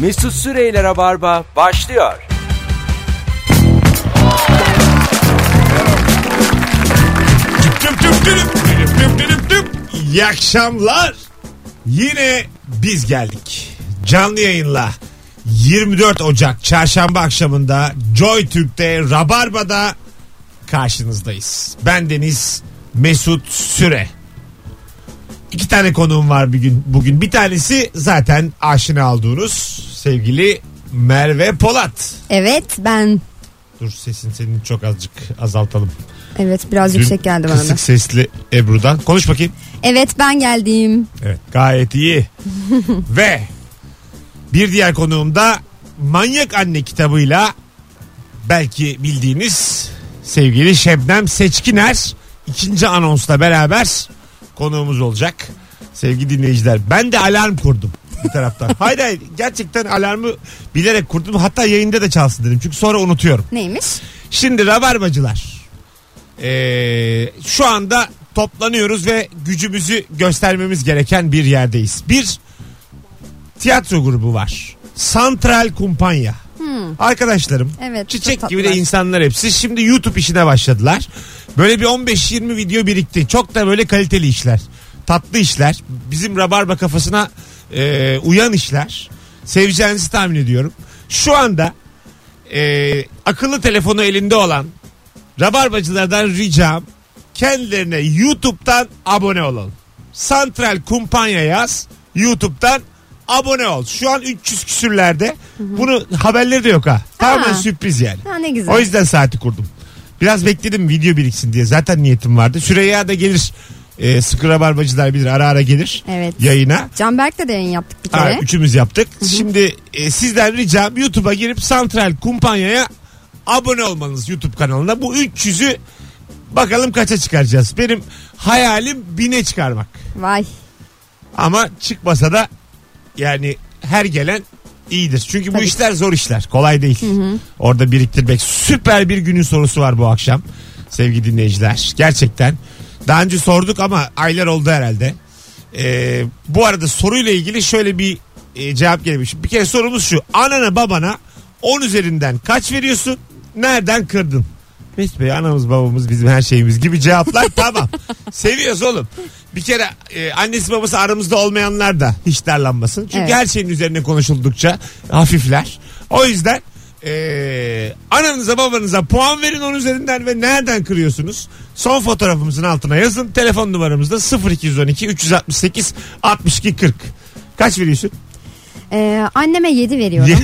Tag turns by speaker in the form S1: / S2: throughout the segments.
S1: Mesut Süreyler'e barba başlıyor.
S2: Tüp tüp tüp tüp tüp tüp tüp. İyi akşamlar. Yine biz geldik. Canlı yayınla 24 Ocak çarşamba akşamında Joy Türk'te Rabarba'da karşınızdayız. Ben Deniz Mesut Süre. İki tane konuğum var bir gün, bugün. Bir tanesi zaten aşina olduğunuz sevgili Merve Polat.
S3: Evet ben.
S2: Dur sesin senin çok azıcık azaltalım.
S3: Evet biraz
S2: Dün
S3: yüksek geldi bana da.
S2: Kısık sesli Ebru'dan. Konuş bakayım.
S3: Evet ben geldim.
S2: Evet gayet iyi. Ve bir diğer konuğum da Manyak Anne kitabıyla belki bildiğiniz sevgili Şebnem Seçkiner ikinci anonsla beraber konuğumuz olacak. Sevgili dinleyiciler ben de alarm kurdum bir taraftan. hayır hayır gerçekten alarmı bilerek kurdum hatta yayında da çalsın dedim çünkü sonra unutuyorum.
S3: Neymiş?
S2: Şimdi rabarbacılar. Ee, şu anda toplanıyoruz ve gücümüzü göstermemiz gereken bir yerdeyiz. Bir tiyatro grubu var. Santral Kumpanya. Arkadaşlarım
S3: Hmm. Evet,
S2: çiçek
S3: çok
S2: gibi de
S3: tatlılar.
S2: insanlar hepsi. Şimdi YouTube işine başladılar. Böyle bir 15-20 video birikti. Çok da böyle kaliteli işler. Tatlı işler. Bizim rabarba kafasına e, uyan işler. Seveceğinizi tahmin ediyorum. Şu anda e, akıllı telefonu elinde olan rabarbacılardan ricam kendilerine YouTube'dan abone olalım. Santral Kumpanya yaz. YouTube'dan abone ol. Şu an 300 küsürlerde. Bunu haberleri de yok ha. Tamamen
S3: Ha.
S2: sürpriz yani.
S3: Ha, ne güzel.
S2: O yüzden saati kurdum. Biraz bekledim video biriksin diye. Zaten niyetim vardı. Süreyya da gelir. E, sıkı rabarbacılar bilir. Ara ara gelir.
S3: Evet.
S2: Yayına.
S3: Canberk'le de yayın yaptık bir
S2: Ha,
S3: kere.
S2: üçümüz yaptık. Şimdi e, sizden ricam YouTube'a girip Santral Kumpanya'ya abone olmanız YouTube kanalına. Bu 300'ü bakalım kaça çıkaracağız. Benim hayalim bine çıkarmak.
S3: Vay.
S2: Ama çıkmasa da yani her gelen iyidir. Çünkü bu
S3: Tabii.
S2: işler zor işler. Kolay değil. Orada biriktirmek. Süper bir günün sorusu var bu akşam. Sevgili dinleyiciler. Gerçekten. Daha önce sorduk ama aylar oldu herhalde. Ee, bu arada soruyla ilgili şöyle bir e, cevap gelmiş. Bir kere sorumuz şu. Anana babana 10 üzerinden kaç veriyorsun? Nereden kırdın? Mesut Bey anamız babamız bizim her şeyimiz gibi cevaplar tamam. Seviyoruz oğlum. Bir kere e, annesi babası aramızda olmayanlar da hiç darlanmasın. Çünkü
S3: Evet.
S2: her şeyin üzerine konuşuldukça hafifler. O yüzden e, ananıza babanıza puan verin onun üzerinden ve nereden kırıyorsunuz? Son fotoğrafımızın altına yazın. Telefon numaramız da 0212 368 62 40. Kaç veriyorsun?
S3: Ee, anneme 7 veriyorum.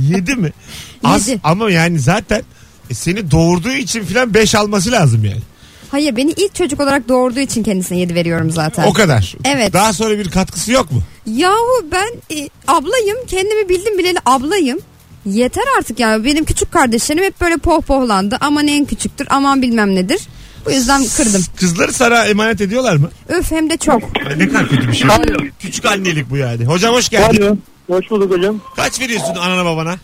S2: 7 mi? Az
S3: Yedi.
S2: ama yani zaten e, seni doğurduğu için filan 5 alması lazım yani.
S3: Hayır beni ilk çocuk olarak doğurduğu için kendisine 7 veriyorum zaten.
S2: O kadar.
S3: Evet.
S2: Daha sonra bir katkısı yok mu?
S3: Yahu ben e, ablayım kendimi bildim bileli ablayım. Yeter artık ya benim küçük kardeşlerim hep böyle pohpohlandı aman en küçüktür aman bilmem nedir. Bu yüzden kırdım.
S2: Kızları sana emanet ediyorlar mı?
S3: Öf hem de çok.
S2: Ay, Ne kadar kötü bir şey.
S4: Alo.
S2: Küçük annelik bu yani. Hocam hoş geldin.
S4: Alo. Hoş bulduk hocam.
S2: Kaç veriyorsun anana babana?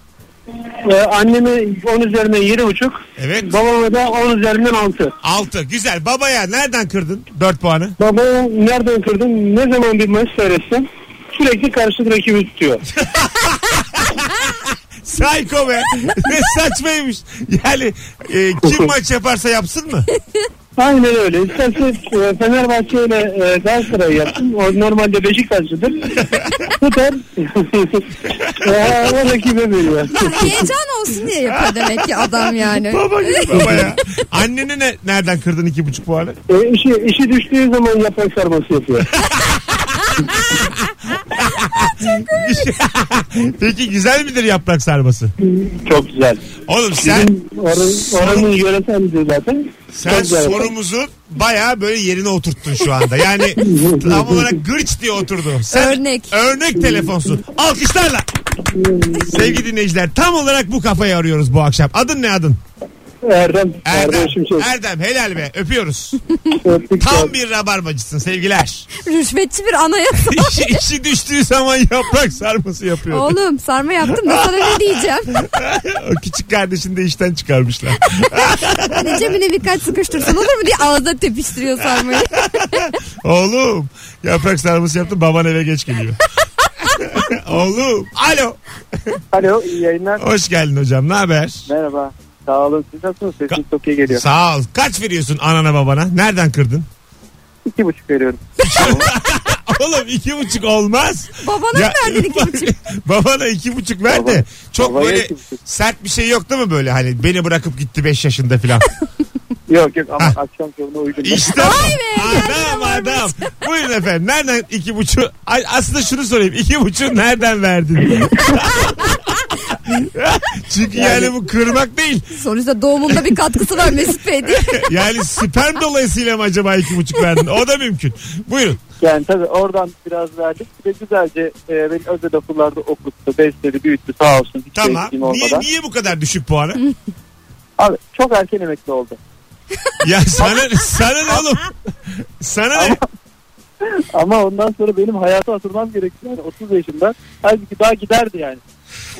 S4: Ee, anneme 10 üzerinden 7,5.
S2: Evet.
S4: Babama da 10 üzerinden 6.
S2: 6. Güzel. Babaya nereden kırdın 4 puanı?
S4: Babamı nereden kırdım? Ne zaman bir maç seyretsem sürekli karşı rakibi tutuyor.
S2: Psycho be. ne saçmaymış. Yani e, kim maç yaparsa yapsın mı?
S4: Aynen öyle. İsterse e, Fenerbahçe ile e, Galatasaray yapsın. O normalde Beşiktaşlıdır. Tutar. Ee, o rakibe veriyor.
S3: Heyecan olsun diye yapıyor demek ki adam yani.
S2: Baba gibi baba ya. Annene ne, nereden kırdın 2,5 puanı?
S4: E, işi, işi düştüğü zaman yaprak sarması yapıyor.
S2: Peki güzel midir yaprak sarması?
S4: Çok güzel.
S2: Oğlum sen
S4: Bizim oran- oranın yöreselidir zaten.
S2: Sen
S4: Çok güzel.
S2: sorumuzu baya böyle yerine oturttun şu anda. Yani tam olarak gırç diye oturdu. Sen
S3: Örnek.
S2: Örnek telefonsun. Alkışlarla. Sevgili dinleyiciler tam olarak bu kafayı arıyoruz bu akşam. Adın ne adın?
S4: Erdem.
S2: Erdem.
S4: Erdem Şimşek.
S2: Erdem helal be öpüyoruz.
S4: Öptük ya.
S2: Tam bir rabarbacısın sevgiler.
S3: Rüşvetçi bir anayasa.
S2: İşi, işi düştüğü zaman yaprak sarması yapıyor.
S3: Oğlum sarma yaptım da sana ne diyeceğim?
S2: o küçük kardeşini de işten çıkarmışlar.
S3: Hani cebine birkaç sıkıştırsın olur mu diye ağza tepiştiriyor sarmayı.
S2: Oğlum yaprak sarması yaptın baban eve geç geliyor. Oğlum. Alo.
S4: Alo iyi yayınlar.
S2: Hoş geldin hocam. Ne haber?
S4: Merhaba. Sağ olun. Siz nasılsınız? Sesim çok iyi geliyor.
S2: Sağ ol. Kaç veriyorsun anana babana? Nereden kırdın?
S4: İki buçuk veriyorum.
S2: Oğlum iki buçuk olmaz.
S3: Babana mı verdin iki buçuk?
S2: babana iki buçuk ver de.
S4: Baba-
S2: Çok
S4: babaya
S2: böyle
S4: iki buçuk.
S2: sert bir şey yok değil mi böyle hani beni bırakıp gitti 5 yaşında filan.
S4: Yok yok ama
S2: Ha.
S4: akşam yoluna uydum. ben.
S2: İşte adam adam. Buyurun efendim nereden iki buçuk? Ay, aslında şunu sorayım iki buçuk nereden verdin? Çünkü yani, bu kırmak değil.
S3: Sonuçta doğumunda bir katkısı var Mesut Bey diye.
S2: Yani sperm dolayısıyla mı acaba iki buçuk verdin? O da mümkün. Buyurun.
S4: Yani tabii oradan biraz verdik. Bir de güzelce e, beni özel okullarda okuttu, besledi, büyüttü sağ olsun. Hiç
S2: Tamam.
S4: eksiğim
S2: Niye,
S4: olmadan.
S2: niye bu kadar düşük puanı?
S4: Abi çok erken emekli oldu.
S2: ya sana, sana ne oğlum? Sana ne?
S4: Ama ondan sonra benim hayata atılmam gerekti. Yani 30 yaşında. Halbuki daha giderdi yani.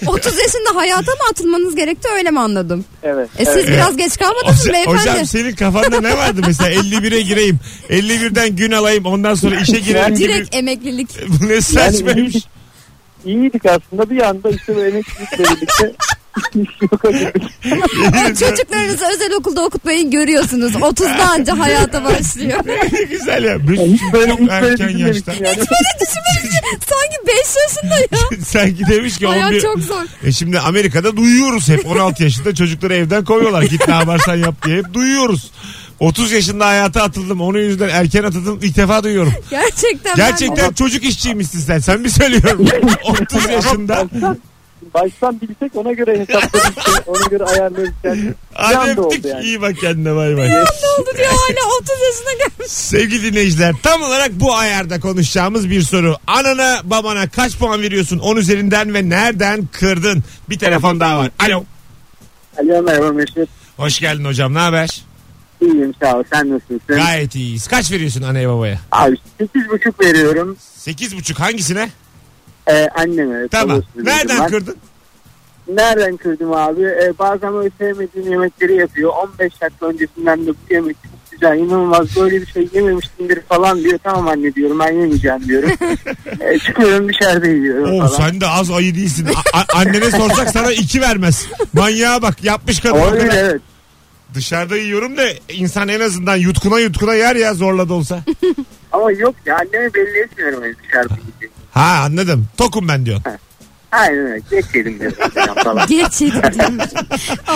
S3: 30 yaşında hayata mı atılmanız gerekti öyle mi anladım?
S4: Evet.
S3: E siz
S4: evet.
S3: biraz geç kalmadınız mı
S2: Hoca-
S3: beyefendi?
S2: Hocam senin kafanda ne vardı mesela 51'e gireyim 51'den gün alayım ondan sonra işe girerim gibi.
S3: Direkt emeklilik.
S2: Bu ne saçmaymış.
S4: iyiydik, iyiydik aslında. Bir anda işte bu emeklilikle birlikte iş yok edildik.
S3: Evet, çocuklarınızı özel okulda okutmayın görüyorsunuz. 30'da anca hayata başlıyor.
S2: ne güzel ya. Bir-
S4: Hiç böyle,
S2: Çok
S4: hiç böyle
S2: erken yaşta.
S4: düşünmemiştim yani.
S3: Böyle düşünmeyin. Sanki 5 yaşında ya.
S2: Sanki demiş ki
S3: Hayat
S2: 11...
S3: çok zor.
S2: E şimdi Amerika'da duyuyoruz hep 16 yaşında çocukları evden koyuyorlar git ne yaparsan yap diye hep duyuyoruz. 30 yaşında hayata atıldım onun yüzünden erken atıldım ilk defa duyuyorum.
S3: Gerçekten. ben-
S2: Gerçekten çocuk işçiymişsin sen sen bir söylüyorum. 30 yaşında.
S4: Baştan, baştan bilsek ona göre hesapladık. ona göre ayarlarız kendimizi. Bir
S2: Hadi
S4: anda
S2: öptük
S4: oldu yani.
S2: iyi bak kendine bay bay.
S3: Ne oldu diyor hala 30 yaşına gelmiş.
S2: Sevgili dinleyiciler tam olarak bu ayarda konuşacağımız bir soru. Anana babana kaç puan veriyorsun 10 üzerinden ve nereden kırdın? Bir telefon daha var. Alo.
S4: Alo merhaba Mesut.
S2: Hoş geldin hocam ne haber?
S4: İyiyim sağ ol. Sen nasılsın?
S2: Gayet iyiyiz. Kaç veriyorsun anaya babaya?
S4: Abi 8,5 veriyorum.
S2: 8,5 hangisine?
S4: Ee, anneme.
S2: Tamam.
S4: babasını
S2: Nereden
S4: dedim ben.
S2: kırdın?
S4: Nereden kırdım abi? Ee, bazen böyle sevmediğim yemekleri yapıyor. 15 dakika öncesinden de bu yemek çok güzel inanılmaz böyle bir şey yememiştimdir falan diyor. Tamam anne diyorum ben yemeyeceğim diyorum. Ee, çıkıyorum dışarıda yiyorum
S2: Oh
S4: falan.
S2: sen de az ayı değilsin. A- a- annene sorsak sana 2 vermez. Manyağa bak yapmış kadın. o
S4: Olabilir
S2: kadar.
S4: evet.
S2: Dışarıda yiyorum da insan en azından yutkuna yutkuna yer ya zorla da olsa.
S4: Ama yok ya annemi belli etmiyorum hani dışarıda yiyeceğim.
S2: Ha anladım. Tokum ben diyorsun.
S4: Aynen öyle. Geç yedim diyorum falan falan.
S3: Geç yedim diyormuş.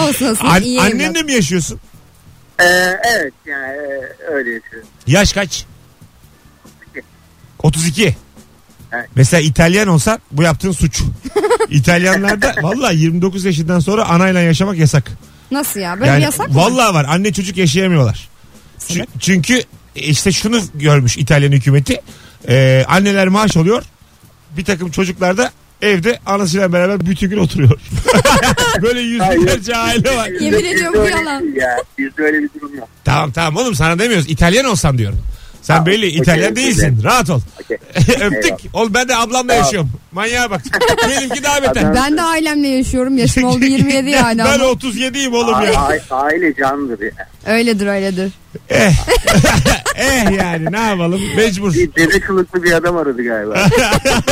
S3: Olsun olsun
S2: An-
S3: iyi evlat.
S2: annenle mi yaşıyorsun?
S4: Ee, evet yani e, öyle yapıyorum.
S2: Yaş kaç? 32.
S4: Evet.
S2: Mesela İtalyan olsan bu yaptığın suç. İtalyanlarda valla 29 yaşından sonra anayla yaşamak yasak.
S3: Nasıl ya? Böyle yasak mı?
S2: Vallahi var. Anne çocuk yaşayamıyorlar. Çü- çünkü e, işte şunu görmüş İtalyan hükümeti. Ee, anneler maaş alıyor. Bir takım çocuklar da evde anasıyla beraber bütün gün oturuyor. Böyle yüzlerce aile var.
S3: Yemin ediyorum bu
S4: Bizde öyle
S3: yalan.
S4: değil şey Ya, bizde öyle bir durum yok.
S2: Tamam tamam oğlum sana demiyoruz. İtalyan olsan diyorum. Sen
S4: Tamam,
S2: belli
S4: okey,
S2: İtalyan
S4: okey.
S2: değilsin. Rahat ol.
S4: Okey. Eyvallah.
S2: Öptük. Ol ben de ablamla
S4: Tamam.
S2: yaşıyorum. Manyağa bak. Benimki daha beter.
S4: Adam-
S3: Ben de ailemle yaşıyorum. Yaşım oldu 27 yani.
S2: Ben
S3: ama.
S2: 37'yim oğlum
S4: A-
S2: ya.
S4: a- aile candır ya.
S3: Öyledir öyledir.
S2: Eh. eh yani ne yapalım? Mecbur.
S4: Bir dede kılıklı bir adam aradı galiba.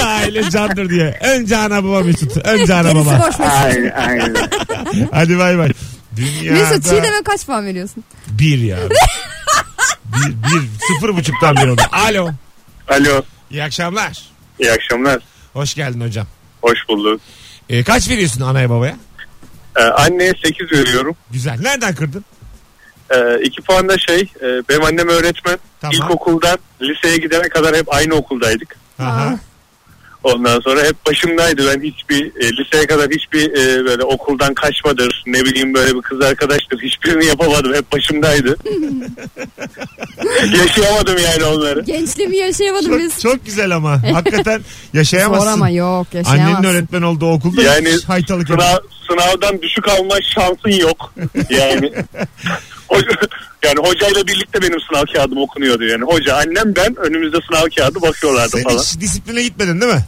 S2: Aile candır diye. Önce ana baba Mesut. Önce ana
S3: Gerisi
S2: baba.
S3: boş Mesut.
S4: aynen aynen.
S2: Hadi bay bay. Dünyada
S3: Mesut Çiğdem'e kaç puan veriyorsun?
S2: bir ya. bir, bir, sıfır buçuktan bir oldu. Alo.
S5: Alo.
S2: İyi akşamlar.
S5: iyi akşamlar.
S2: Hoş geldin hocam.
S5: Hoş bulduk.
S2: Ee, kaç veriyorsun anaya babaya?
S5: Ee, anneye 8 veriyorum.
S2: Güzel. Nereden kırdın?
S5: Ee, 2 puan da şey e, benim annem öğretmen.
S2: Tamam.
S5: İlkokuldan liseye gidene kadar hep aynı okuldaydık.
S2: Aha.
S5: Ondan sonra hep başımdaydı. Ben hiçbir e, liseye kadar hiçbir e, böyle okuldan kaçmadır. Ne bileyim böyle bir kız arkadaştır. Hiçbirini yapamadım. Hep başımdaydı. Yaşayamadım yani onları.
S3: Gençliğimi yaşayamadım
S2: Çok,
S3: biz.
S2: çok güzel ama. Hakikaten yaşayamazsın.
S3: Zor ama yok yaşayamazsın.
S2: Annenin öğretmen olduğu okulda
S5: Yani
S2: hiç haytalık yok.
S5: sınav, sınavdan düşük alma şansın yok. Yani hoca- yani hocayla birlikte benim sınav kağıdım okunuyordu yani. Hoca annem ben önümüzde sınav kağıdı bakıyorlardı
S2: Sen
S5: falan.
S2: hiç disipline gitmedin değil mi?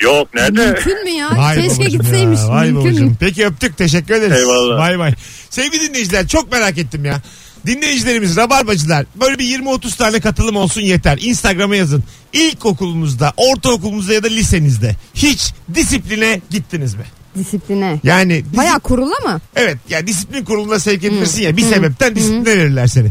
S5: Yok nerede?
S3: Mümkün mü ya?
S2: Vay
S3: Keşke
S2: babacım
S3: gitseymiş.
S2: ya, vay
S3: Mümkün mü?
S2: babacım. Peki öptük teşekkür ederiz.
S5: Eyvallah.
S2: Bay bay. Sevgili dinleyiciler çok merak ettim ya. Dinleyicilerimiz, rabarbacılar böyle bir 20-30 tane katılım olsun yeter. Instagram'a yazın. İlkokulunuzda, ortaokulunuzda ya da lisenizde hiç disipline gittiniz mi?
S3: Disipline.
S2: Yani disi-
S3: Baya kurula mı?
S2: evet yani disiplin kuruluna sevk edilirsin ya bir sebepten disipline verirler seni.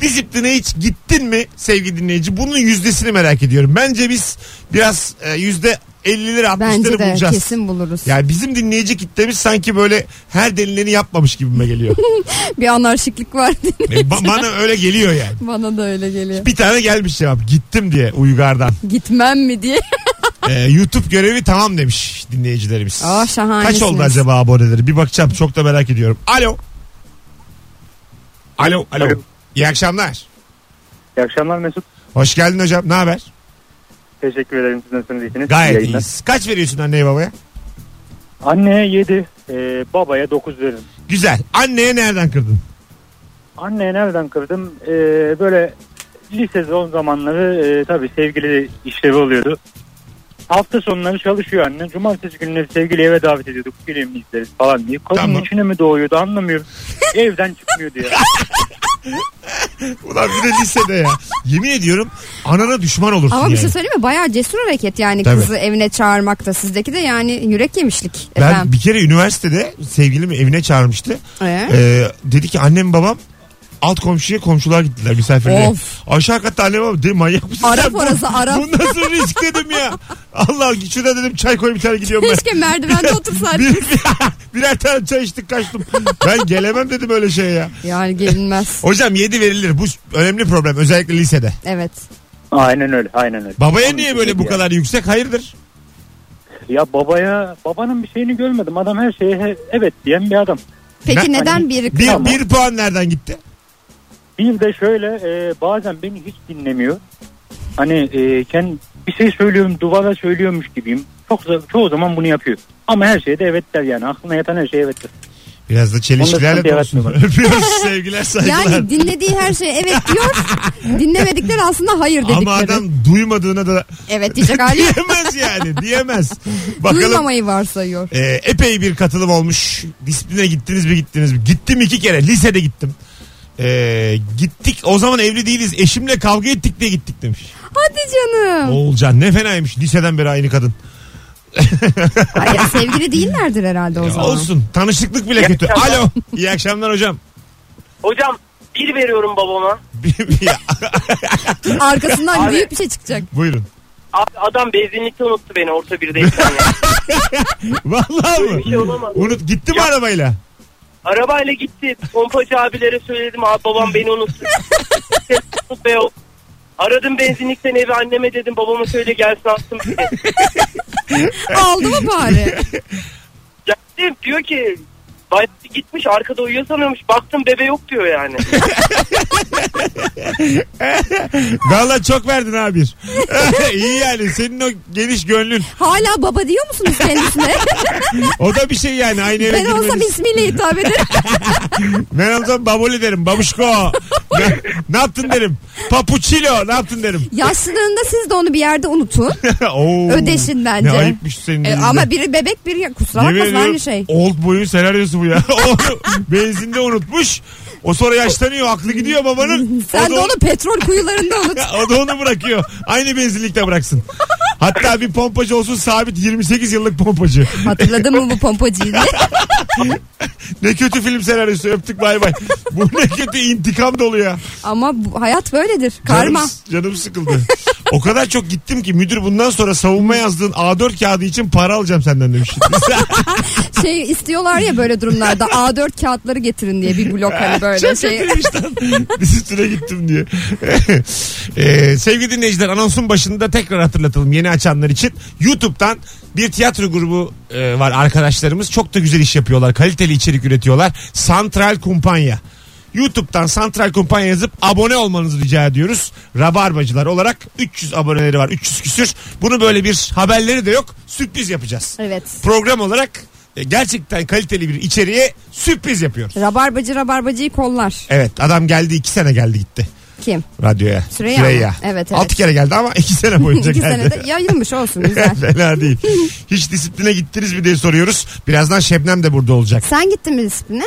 S2: Disipline hiç gittin mi sevgili dinleyici? Bunun yüzdesini merak ediyorum. Bence biz biraz e, yüzde 50'leri 60'ları
S3: Bence de
S2: bulacağız.
S3: kesin buluruz.
S2: Yani bizim dinleyici kitlemiz sanki böyle her denileni yapmamış gibime geliyor.
S3: Bir anarşiklik var.
S2: E, ba- Bana öyle geliyor yani.
S3: Bana da öyle geliyor.
S2: Bir tane gelmiş cevap gittim diye Uygar'dan.
S3: Gitmem mi diye.
S2: E, YouTube görevi tamam demiş dinleyicilerimiz.
S3: Aa, şahanesiniz.
S2: Kaç oldu acaba aboneleri? Bir bakacağım çok da merak ediyorum. Alo. Alo, alo.
S6: Alo.
S2: İyi akşamlar.
S6: İyi akşamlar Mesut.
S2: Hoş geldin hocam. Ne haber?
S6: Teşekkür ederim sizin nasılsınız iyisiniz. İyi
S2: Gayet
S6: yayınlar.
S2: iyiyiz. Kaç veriyorsun anneye babaya?
S6: Anneye 7, e, babaya 9 veririm.
S2: Güzel. Anneye nereden kırdın?
S6: Anneye nereden kırdım? E, böyle lise son zamanları e, tabii sevgili işlevi oluyordu. Hafta sonları çalışıyor anne. Cumartesi günleri sevgili eve davet ediyorduk. Film izleriz falan diye. Kadının
S2: Tamam.
S6: içine mi doğuyordu anlamıyorum. Evden çıkmıyordu ya.
S2: Ulan bir de lisede ya. Yemin ediyorum anana düşman olursun
S3: Ama bir şey
S2: yani.
S3: söyleyeyim mi? Bayağı cesur hareket yani
S2: Tabii.
S3: kızı evine çağırmak da sizdeki de yani yürek yemişlik.
S2: Ben
S3: efendim.
S2: bir kere üniversitede sevgilimi evine çağırmıştı.
S3: Ee?
S2: Ee, dedi ki annem babam alt komşuya komşular gittiler misafirliğe.
S3: Of.
S2: Aşağı katta annem babam dedi manyak mısın?
S3: Arap
S2: sen? Bu-
S3: orası, Arap.
S2: Bu nasıl risk dedim ya. Allah şurada dedim çay koy bir tane gidiyorum ben.
S3: Keşke merdivende otursaydın.
S2: Bir, birer tane çay içtik kaçtım. Ben gelemem dedim öyle şeye ya.
S3: Yani gelinmez.
S2: Hocam 7 verilir. Bu önemli problem özellikle lisede.
S3: Evet.
S6: aynen öyle aynen öyle.
S2: Babaya
S6: Onun
S2: niye
S6: için
S2: böyle bu
S6: ya.
S2: kadar yüksek? Hayırdır?
S6: Ya babaya babanın bir şeyini görmedim. Adam her şeye he- evet diyen bir adam.
S3: Peki
S2: Ne-
S3: neden bir
S2: Bir,
S6: Tamam.
S2: bir puan nereden gitti?
S6: Bir de şöyle e, bazen beni hiç dinlemiyor. Hani e, kend- bir şey söylüyorum duvara söylüyormuş gibiyim. Çok za- çoğu zaman bunu yapıyor. Ama her şeye de evet der yani. Aklına yatan her şeye evet der.
S2: Biraz da
S6: Ondan
S2: çelişkilerle
S6: sonra
S2: olsun.
S6: yaratmıyorlar.
S2: Öpüyoruz sevgiler saygılar.
S3: Yani dinlediği her şeye evet diyor. Dinlemedikleri aslında hayır dedikleri.
S2: Ama adam duymadığına da
S3: Evet diyecek hali yok.
S2: diyemez yani diyemez. Bakalım
S3: Duymamayı varsayıyor.
S2: e, epey bir katılım olmuş. Disipline gittiniz mi gittiniz mi? Gittim iki kere lisede gittim. E, gittik o zaman evli değiliz eşimle kavga ettik diye gittik demiş.
S3: Hadi canım.
S2: Oğulcan ne fenaymış liseden beri aynı kadın.
S3: Ay, ya sevgili değillerdir herhalde o
S2: Ya
S3: zaman.
S2: olsun tanışıklık bile
S4: İyi
S2: kötü.
S4: akşamlar.
S2: Alo iyi akşamlar hocam.
S4: Hocam bir veriyorum babama.
S2: Ya,
S3: Arkasından
S4: Abi.
S3: büyük bir şey çıkacak.
S2: Buyurun.
S4: Abi adam benzinlikte unuttu beni orta birdeyken ya.
S2: Vallahi
S4: Böyle bir şey
S2: mı?
S4: olamaz.
S2: Unut gitti mi
S4: Ya-
S2: arabayla?
S4: Arabayla gitti. Pompacı abilere söyledim abi babam beni unuttu. Be o. Aradım benzinlikten evi anneme dedim babama söyle gelsin alsın beni.
S3: Aldı mı bari?
S4: Geldim diyor ki bayağı gitmiş arkada uyuyor sanıyormuş. Baktım bebe yok diyor yani.
S2: Valla çok verdin abi. İyi yani senin o geniş gönlün.
S3: Hala baba diyor musunuz kendisine?
S2: O da bir şey yani aynı eve
S3: ben olsam
S2: girmeniz.
S3: ismiyle hitap ederim.
S2: Ben olsam baboli derim. Babuşko. ne, ne yaptın derim. Papuçilo ne yaptın derim.
S3: Yaşlılığında siz de onu bir yerde unutun.
S2: Oo,
S3: Ödeşin bence.
S2: Ne ayıpmış senin.
S3: E,
S2: elinde.
S3: ama biri bebek biri kusura
S2: Yemin
S3: bakmasın
S2: ediyorum,
S3: aynı şey.
S2: Old boy'un senaryosu bu ya. Onu benzinde unutmuş. O sonra yaşlanıyor. Aklı gidiyor babanın. O
S3: Sen
S2: da
S3: de onu petrol kuyularında unut.
S2: o da onu bırakıyor. Aynı benzinlikte bıraksın. Hatta bir pompacı olsun sabit 28 yıllık pompacı.
S3: Hatırladın mı bu pompacıyı? diye?
S2: Ne kötü film senaryosu öptük bay bay. Bu ne kötü intikam dolu ya.
S3: Ama bu, hayat böyledir. Karma.
S2: Canım, canım sıkıldı. o kadar çok gittim ki müdür bundan sonra savunma yazdığın A4 kağıdı için para alacağım senden demiş.
S3: Şey istiyorlar ya böyle durumlarda A4 kağıtları getirin diye bir blok hani böyle
S2: çok
S3: şey.
S2: kötüymüş lan. Biz üstüne gittim diye. Ee, sevgili dinleyiciler anonsun başında tekrar hatırlatalım yeni açanlar için. YouTube'dan bir tiyatro grubu e, var arkadaşlarımız. Çok da güzel iş yapıyorlar. Kaliteli içerik üretiyorlar. Santral Kumpanya. YouTube'dan Santral Kumpanya yazıp abone olmanızı rica ediyoruz. Rabarbacılar olarak 300 aboneleri var. 300 küsür. Bunu böyle bir haberleri de yok. Sürpriz yapacağız.
S3: Evet.
S2: Program olarak e, gerçekten kaliteli bir içeriğe sürpriz yapıyoruz.
S3: Rabarbacı rabarbacıyı kollar.
S2: Evet adam geldi iki sene geldi gitti
S3: Kim?
S2: radyoya.
S3: Süreyya mı? Evet, evet.
S2: Altı kere geldi ama iki sene boyunca
S3: İki
S2: geldi.
S3: senede yayılmış olsun güzel.
S2: Fena değil. Hiç disipline gittiniz mi diye soruyoruz. Birazdan Şebnem de burada olacak.
S3: Sen gittin mi disipline?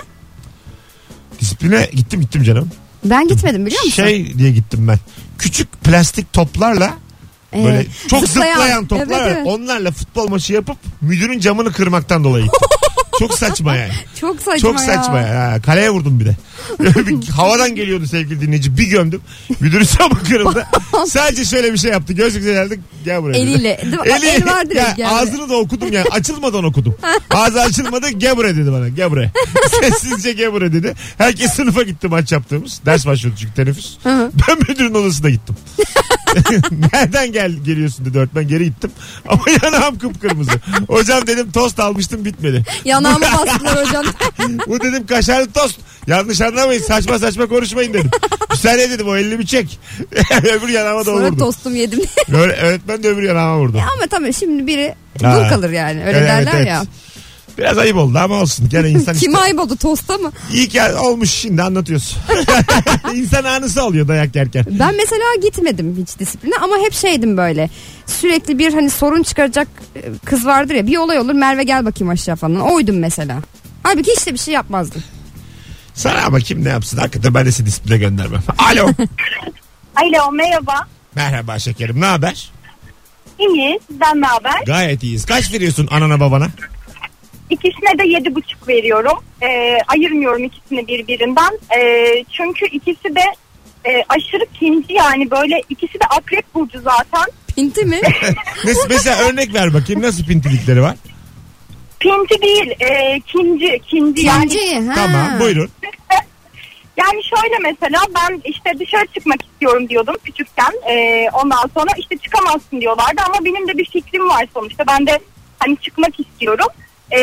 S2: Disipline gittim gittim canım.
S3: Ben gitmedim biliyor musun?
S2: Şey diye gittim ben. Küçük plastik toplarla
S3: Ee,
S2: böyle çok zıplayan, toplar var.
S3: Evet, evet.
S2: Onlarla futbol maçı yapıp müdürün camını kırmaktan dolayı. çok saçma yani.
S3: Çok saçma
S2: Çok saçma
S3: ya.
S2: yani. Ha, kaleye vurdum bir de. Böyle bir havadan geliyordu sevgili dinleyici. Bir gömdüm. Müdürün camı kırıldı. Sadece şöyle bir şey yaptı. Gözlükle geldik. Gel buraya. dedi.
S3: Eliyle. Değil mi?
S2: Eli-
S3: El var direkt
S2: ya,
S3: yani.
S2: Ağzını da okudum yani. Açılmadan okudum. Ağzı açılmadı. Gel buraya dedi bana. Gel buraya. Sessizce gel buraya dedi. Herkes sınıfa gitti maç yaptığımız. Ders başlıyordu çünkü teneffüs.
S3: hı.
S2: ben müdürün odasına gittim. Nereden gel geliyorsun dedi öğretmen. Geri gittim. Ama yanağım kıpkırmızı. Hocam dedim tost almıştım bitmedi.
S3: Yanağımı bastılar hocam.
S2: Bu dedim kaşarlı tost. Yanlış anlamayın saçma saçma konuşmayın dedim. Müsaade dedim o elini bir çek. Öbür yanağıma da
S3: Sonra
S2: vurdu.
S3: tostum yedim.
S2: Öğre- Öğretmen de öbür yanağıma vurdu.
S3: Ama tabii şimdi biri
S2: Ha.
S3: dul kalır yani. Öyle
S2: Evet,
S3: derler
S2: evet.
S3: ya.
S2: Biraz ayıp oldu ama olsun. Gene insan işte.
S3: Kime ayıp oldu tosta mı?
S2: İyi ki olmuş şimdi anlatıyorsun. insan anısı oluyor dayak yerken.
S3: Ben mesela gitmedim hiç disipline ama hep şeydim böyle. Sürekli bir hani sorun çıkaracak e, kız vardır ya. Bir olay olur Merve gel bakayım aşağı falan. Oydum mesela. Halbuki hiç de bir şey yapmazdım.
S2: Sana ama kim ne yapsın? Hakikaten ben de seni disipline göndermem. Alo.
S7: Alo merhaba.
S2: Merhaba şekerim ne haber?
S7: İyi sizden ne haber?
S2: Gayet iyiyiz. Kaç veriyorsun anana babana?
S7: İkisine de yedi buçuk veriyorum. Ee, ayırmıyorum ikisini birbirinden. Ee, çünkü ikisi de e, aşırı kinci yani böyle ikisi de akrep burcu zaten.
S3: Pinti mi?
S2: Mes- mesela örnek ver bakayım nasıl pintilikleri var?
S7: Pinti değil e, kinci kinci yani.
S3: Pinti. Ha.
S2: Tamam buyurun.
S7: Yani şöyle mesela ben işte dışarı çıkmak istiyorum diyordum küçükken. Ee, ondan sonra işte çıkamazsın diyorlardı ama benim de bir fikrim var sonuçta. Ben de hani çıkmak istiyorum. Ee,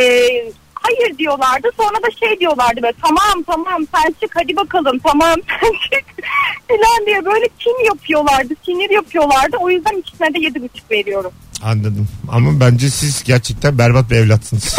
S7: hayır diyorlardı. Sonra da şey diyorlardı böyle tamam tamam sen çık hadi bakalım tamam sen çık falan diye böyle kin yapıyorlardı. Sinir yapıyorlardı. O yüzden ikisine de yedi buçuk veriyorum.
S2: Anladım. Ama bence siz gerçekten berbat bir evlatsınız.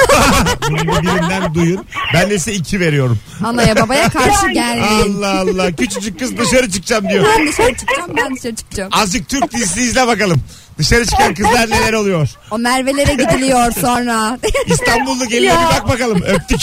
S2: Bunu birinden duyun. Ben de size iki veriyorum.
S3: Anaya babaya karşı
S7: Yani.
S3: geldim.
S2: Allah Allah. Küçücük kız dışarı çıkacağım diyor.
S3: Ben dışarı çıkacağım ben dışarı çıkacağım.
S2: Azıcık Türk dizisi izle bakalım. Dışarı çıkan kızlar neler oluyor?
S3: O Merve'lere gidiliyor sonra.
S2: İstanbullu geliyor
S7: Ya.
S2: bir bak bakalım öptük.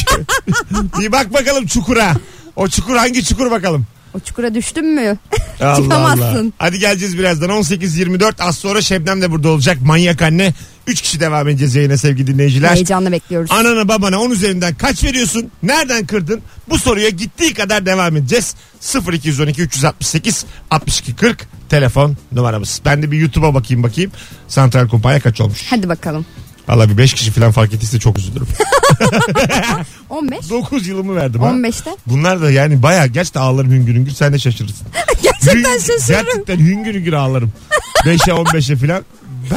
S2: bir bak bakalım çukura. O çukur hangi çukur bakalım.
S3: o çukura düştün mü?
S2: Allah Allah.
S3: Çıkamazsın.
S2: Hadi geleceğiz birazdan 18.24 az sonra Şebnem de burada olacak. Manyak anne. 3 kişi devam edeceğiz yayına sevgili dinleyiciler.
S3: Heyecanla bekliyoruz.
S2: Anana babana 10 üzerinden kaç veriyorsun? Nereden kırdın? Bu soruya gittiği kadar devam edeceğiz. 0212 368 62 40 telefon numaramız. Ben de bir YouTube'a bakayım bakayım. Santral Kumpanya kaç olmuş?
S3: Hadi bakalım.
S2: Valla bir 5 kişi falan fark ettiyse çok üzülürüm.
S3: 15.
S2: 9 yılımı verdim ha.
S3: 15'te.
S2: Bunlar da yani bayağı gerçekten ağlarım hüngür hüngür sen de şaşırırsın.
S3: Gerçekten
S2: Hüngür-
S3: şaşırırım.
S2: Gerçekten hüngür hüngür ağlarım. 5'e 15'e falan.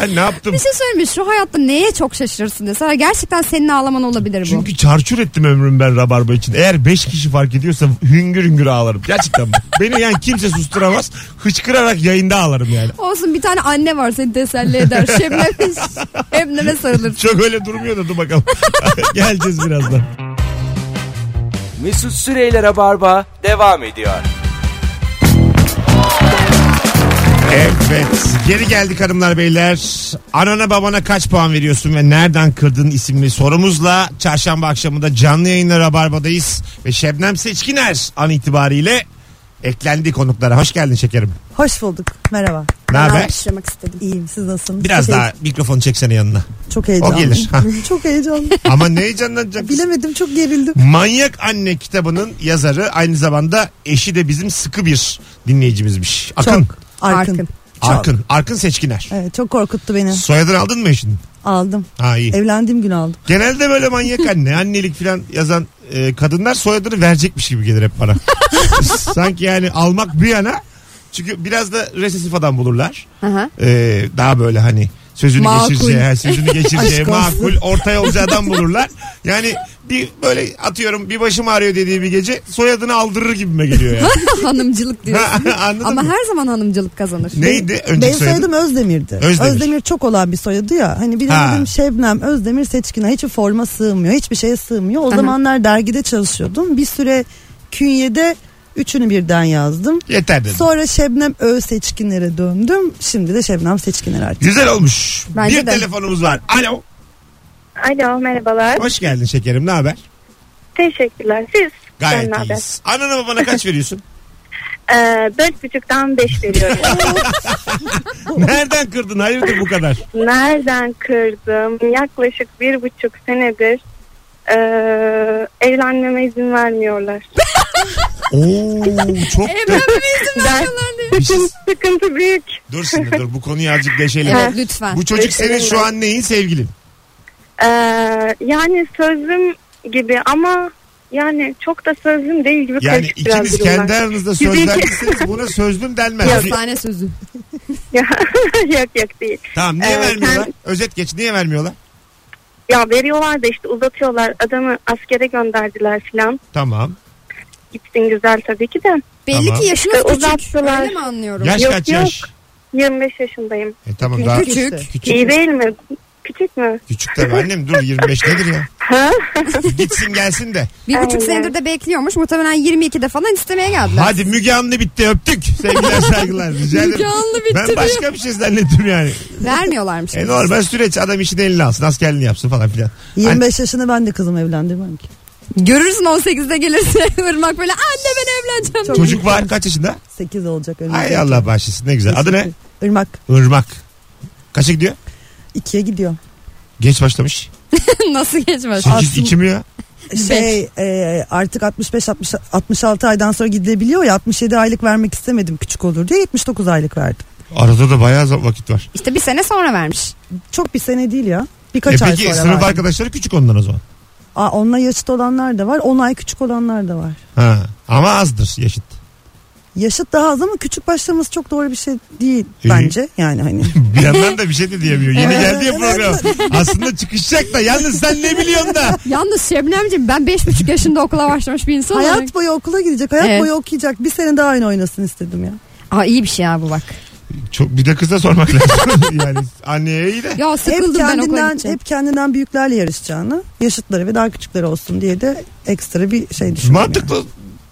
S2: Ben ne yaptım?
S3: Bir şey söyleyeyim mi? Şu hayatta neye çok şaşırırsın deseler gerçekten senin ağlaman olabilir bu.
S2: Çünkü çarçur ettim ömrüm ben rabarba için. Eğer 5 kişi fark ediyorsa hüngür hüngür ağlarım. Gerçekten bak. Beni yani kimse susturamaz. Hıçkırarak yayında ağlarım yani.
S3: Olsun bir tane anne var seni teselli eder. Şebnem, Şebnem'e sarılır.
S2: Çok öyle durmuyor da dur bakalım. Geleceğiz birazdan.
S1: Mesut Süreyler'e barba devam ediyor.
S2: Evet. Geri geldik hanımlar beyler. Anana babana kaç puan veriyorsun ve nereden kırdın isimli sorumuzla çarşamba akşamında canlı yayınla Rabarba'dayız. Ve Şebnem Seçkiner an itibariyle eklendi konuklara. Hoş geldin şekerim.
S8: Hoş bulduk. Merhaba.
S2: Ne haber?
S3: Başlamak istedim.
S8: İyiyim. Siz nasılsınız?
S2: Biraz
S8: çok
S2: daha mikrofonu çeksene yanına.
S8: heyecan- çok heyecanlı.
S2: O gelir. Ha.
S8: çok heyecanlı.
S2: Ama ne heyecanlanacak?
S8: Bilemedim çok gerildim.
S2: Manyak Anne kitabının yazarı aynı zamanda eşi de bizim sıkı bir dinleyicimizmiş. Akın.
S8: Çok. Arkın.
S3: Arkın.
S2: Arkın. Arkın Seçkiner.
S8: Evet, çok korkuttu beni.
S2: Soyadını aldın mı eşinin?
S8: Aldım.
S2: Ha iyi.
S8: Evlendiğim gün aldım.
S2: Genelde böyle manyak anne, annelik falan yazan e, kadınlar soyadını verecekmiş gibi gelir hep bana. Sanki yani almak bir yana. Çünkü biraz da resesif adam bulurlar.
S3: Aha.
S2: E, daha böyle hani sözünü
S3: Makul.
S2: geçireceği, ha, sözünü geçireceği
S8: Aşk olsun.
S2: makul orta yolcu adam bulurlar. Yani bir böyle atıyorum bir başım ağrıyor dediği bir gece soyadını aldırır gibime geliyor yani.
S3: hanımcılık diyor.
S2: Anladın
S3: Ama
S2: mı?
S3: her zaman hanımcılık kazanır.
S2: Neydi
S8: şey- Benim
S2: önceki soyadım?
S8: soyadım Özdemir'di.
S2: Özdemir.
S8: çok olan bir soyadı ya. Hani bir de
S2: Ha.
S8: dedim Şebnem Özdemir Seçkin'e hiçbir forma sığmıyor. Hiçbir şeye sığmıyor. O zamanlar dergide çalışıyordum. Bir süre künyede üçünü birden yazdım.
S2: Yeter dedim.
S8: Sonra Şebnem Ö Seçkinlere döndüm. Şimdi de Şebnem Seçkinler artık.
S2: Güzel olmuş.
S3: Bence
S2: bir
S3: de.
S2: telefonumuz var. Alo.
S7: Alo merhabalar.
S2: Hoş geldin şekerim. Ne haber?
S7: Teşekkürler. Siz
S2: Gayet iyiyiz. Anana babana kaç veriyorsun?
S9: Ee, dört buçuktan beş veriyorum.
S2: Nereden kırdın? Hayırdır bu kadar?
S9: Nereden kırdım? Yaklaşık bir buçuk senedir e, evlenmeme izin vermiyorlar.
S2: Oo çok da...
S9: Ben,
S2: Bir şey-
S9: sıkıntı büyük.
S2: Dur şimdi dur bu konuyu azıcık deşelim.
S3: Evet lütfen.
S2: Bu çocuk senin
S9: Deşelim
S2: şu
S9: ben.
S2: an neyin sevgilin?
S9: Ee, yani sözüm gibi ama yani çok da sözüm değil gibi
S2: Yani
S9: karışık biraz
S2: ikiniz
S9: durumlar.
S2: kendi aranızda
S9: Yüzü
S2: söz
S9: iki-
S2: vermişsiniz buna sözlüm denmez.
S3: Hastane sözü.
S9: yok yok değil.
S2: Tamam niye
S9: Ee,
S2: vermiyorlar?
S9: sen-
S2: Özet geç niye vermiyorlar?
S9: Ya veriyorlar da işte uzatıyorlar. Adamı askere gönderdiler filan.
S2: Tamam.
S9: Gitsin güzel tabii ki de.
S3: Belli
S2: Tamam.
S3: ki yaşınız
S9: İşte
S3: küçük.
S9: E, uzattılar.
S3: Öyle mi anlıyorum?
S2: Yaş
S9: Yok,
S2: kaç
S9: yok.
S2: yaş?
S9: 25 yaşındayım.
S2: E, tamam daha
S3: Küçük.
S2: küçük.
S9: İyi değil mi? Küçük mü?
S2: Küçük tabii annem dur 25 nedir ya?
S9: Ha?
S2: Gitsin gelsin de.
S3: Bir buçuk
S9: Aynen.
S3: senedir de bekliyormuş. Muhtemelen 22'de falan istemeye geldiler.
S2: Hadi Müge Anlı bitti öptük. Sevgiler saygılar rica ederim.
S3: Müge Anlı bitti
S2: Ben
S3: diyor.
S2: başka bir şey zannettim yani.
S3: Vermiyorlarmış.
S2: E normal süreç adam işini eline alsın askerliğini yapsın falan filan.
S8: 25 yaşında ben de kızım evlendirmem ki.
S3: Görürsün 18'de gelirse Irmak böyle anne ben evleneceğim.
S2: Hani çocuk var kaç yaşında?
S8: 8 olacak
S2: Ay
S8: önümüzdeki.
S2: Allah bağışlasın ne güzel. Adı ne?
S8: Irmak
S2: Irmak. Kaça gidiyor?
S8: 2'ye gidiyor.
S2: Geç başlamış.
S3: Nasıl geçmez?
S2: 8 2 mi ya?
S8: Şey e, artık 65 60 66 aydan sonra gidilebiliyor ya 67 aylık vermek istemedim küçük olur diye 79 aylık verdim.
S2: Arada da bayağı za- vakit var.
S3: İşte bir sene sonra vermiş.
S8: Çok bir sene değil ya.
S2: E
S8: Birkaç ay
S2: peki
S8: sonra
S2: sınıf
S8: verdim.
S2: arkadaşları küçük ondan o zaman.
S8: Aa, onunla yaşıt olanlar da var. 10 ay küçük olanlar da var.
S2: Ha. Ama azdır yaşıt.
S8: Yaşıt daha az ama küçük başlaması çok doğru bir şey değil
S2: Ee,
S8: bence. Yani hani.
S2: Bir yandan da bir şey de diyemiyor. Yeni
S8: Evet,
S2: geldi ya program. Aslında çıkışacak da yalnız sen ne biliyorsun da.
S3: Yalnız Şebnemciğim ben 5,5 yaşında okula başlamış bir insan olarak.
S8: hayat boyu okula gidecek. Hayat
S3: Evet.
S8: boyu okuyacak. Bir sene daha aynı oynasın istedim ya.
S3: Aa, iyi bir şey abi bak.
S2: Çok bir de kıza sormak lazım. yani anneye iyi de.
S3: Ya sıkıldım
S8: hep
S3: ben okula
S8: kendinden
S3: gideceğim.
S8: hep kendinden büyüklerle yarışacağını, yaşıtları ve daha küçükleri olsun diye de ekstra bir şey düşündüm.
S2: Mantıklı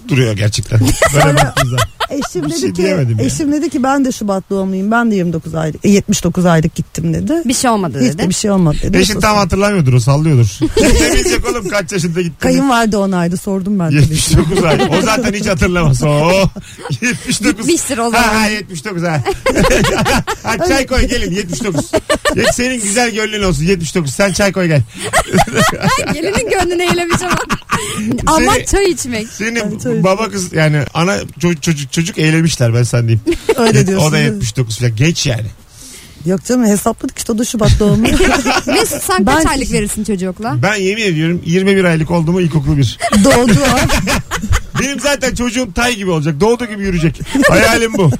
S2: duruyor gerçekten. Böyle baktığınızda.
S8: yani. Eşim
S2: Bir
S8: dedi
S2: şey
S8: ki
S2: diyemedim ya.
S8: eşim dedi ki ben de Şubat doğumluyum. Ben de 29 aylık e, 79 aylık gittim dedi.
S3: Bir şey olmadı
S8: Hiç
S3: dedi.
S8: de bir şey olmadı dedi.
S2: Eşin tam hatırlamıyordur o sallıyordur. ne bilecek oğlum kaç yaşında gittiğini.
S8: Kayınvalide onaydı sordum ben tabii.
S2: 79 ay. O zaten hiç hatırlamaz. Oo. 79.
S3: Gitmiştir o zaman.
S2: Ha, ha 79 ha. ha çay koy gelin 79. Ya senin güzel gönlün olsun 79. Sen çay koy gel.
S3: Gelinin gönlüne eğilemeyeceğim. Ama
S2: Seni-
S3: çay içmek.
S2: Senin
S8: Tabii, tabii.
S2: baba kız yani ana ço- çocuk çocuk eğlemişler ben sen diyeyim.
S8: Öyle
S2: o
S8: diyorsun.
S2: da
S8: değil mi?
S2: 79 falan geç yani.
S8: Yok canım hesapladık işte o da Şubat doğumlu.
S3: Mesut sen kaç
S8: Ben-
S3: aylık verirsin çocuğa okula?
S2: Ben yemin ediyorum 21 aylık oldu mu ilkokulu bir.
S8: Doğdu an.
S2: Benim zaten çocuğum tay gibi olacak. Doğduğu gibi yürüyecek. Hayalim bu.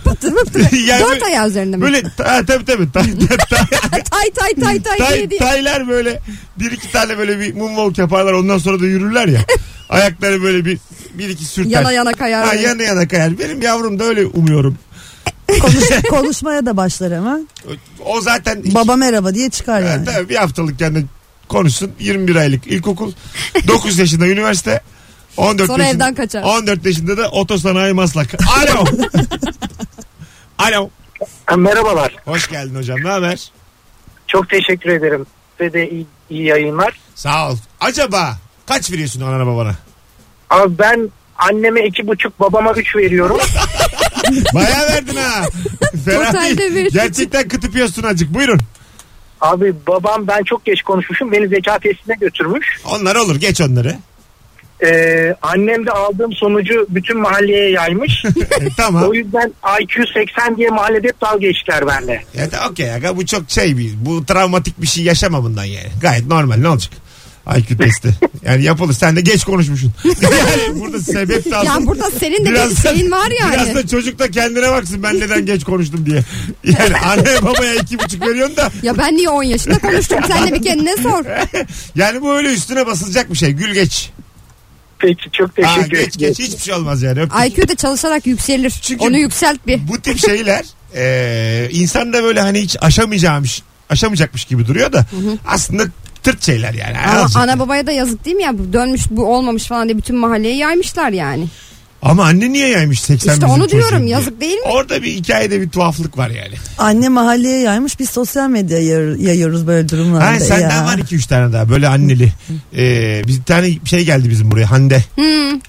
S2: yani
S3: Dört
S2: böyle,
S3: ayağı üzerinde mi?
S2: böyle ta, tabii tabii. Tay, tay, tay,
S3: Tay tay tay tay
S2: tay-
S3: diye diye.
S2: taylar böyle bir iki tane böyle bir moonwalk yaparlar. Ondan sonra da yürürler ya. Ayakları böyle bir bir iki sürter.
S3: Yana yana kayar.
S2: Ha, yana yana kayar. Benim yavrum da öyle umuyorum.
S8: E, Konuş- konuşmaya da başlar hemen.
S2: O- O zaten iki-
S8: Baba merhaba diye çıkar
S2: Ha,
S8: yani.
S2: tabii bir haftalık kendi konuşsun. 21 aylık ilkokul. 9 yaşında üniversite. 14
S3: Sonra
S2: yaşında,
S3: evden kaçar.
S2: 14 yaşında da otosanayi maslak. Alo. Alo.
S4: Merhabalar.
S2: Hoş geldin hocam. Ne haber?
S4: Çok teşekkür ederim. Size de iyi, iyi yayınlar.
S2: Sağ ol. Acaba kaç veriyorsun anana babana?
S4: Abi ben anneme iki buçuk babama üç veriyorum.
S2: Bayağı verdin ha. Fena
S3: Totalde
S2: değil.
S3: bir.
S2: Gerçekten kıtıp yiyorsun acık. Buyurun.
S4: Abi babam ben çok geç konuşmuşum. Beni zeka testine götürmüş.
S2: Onlar olur. Geç onları.
S4: Ee, annem de aldığım sonucu bütün mahalleye yaymış.
S2: E, tamam.
S4: o yüzden IQ 80 diye mahallede hep dalga geçtiler benimle.
S2: Evet, okey aga bu çok şey bir bu travmatik bir şey yaşama bundan yani. Gayet normal ne olacak? IQ testi. Yani yapılır. Sen de geç konuşmuşsun. Yani burada sebep de
S3: Ya
S2: aslında-
S3: burada senin de
S2: Biraz
S3: bir
S2: da-
S3: şeyin var yani.
S2: Biraz da çocuk da kendine baksın ben neden geç konuştum diye. Yani anne babaya iki buçuk veriyorsun da
S3: Ya ben niye 10 yaşında konuştum? Sen de bir kendine sor.
S2: yani bu öyle üstüne basılacak bir şey. Gül geç.
S4: Peki çok
S2: Ha,
S4: teşekkür ederim.
S2: geç geç hiçbir şey olmaz yani. Öptük.
S3: IQ da çalışarak yükselir.
S2: Çünkü-
S3: Onu yükselt bir.
S2: bu tip şeyler e, insan da böyle hani hiç aşamayacakmış aşamayacakmış gibi duruyor da aslında tırt şeyler yani.
S3: Ama
S2: Azıcık.
S3: ana babaya da yazık değil mi ya? Bu Dönmüş bu olmamış falan diye bütün mahalleye yaymışlar yani.
S2: Ama anne niye yaymış 80
S3: İşte
S2: bizim
S3: onu diyorum,
S2: çocuğum diye.
S3: yazık değil mi?
S2: Orada bir hikayede bir tuhaflık var yani.
S8: Anne mahalleye yaymış biz sosyal medyaya yayar- yayıyoruz böyle durumlarda.
S2: Ha, senden
S8: ya.
S2: var 2-3 tane daha böyle anneli. Ee, bir tane şey geldi bizim buraya Hande.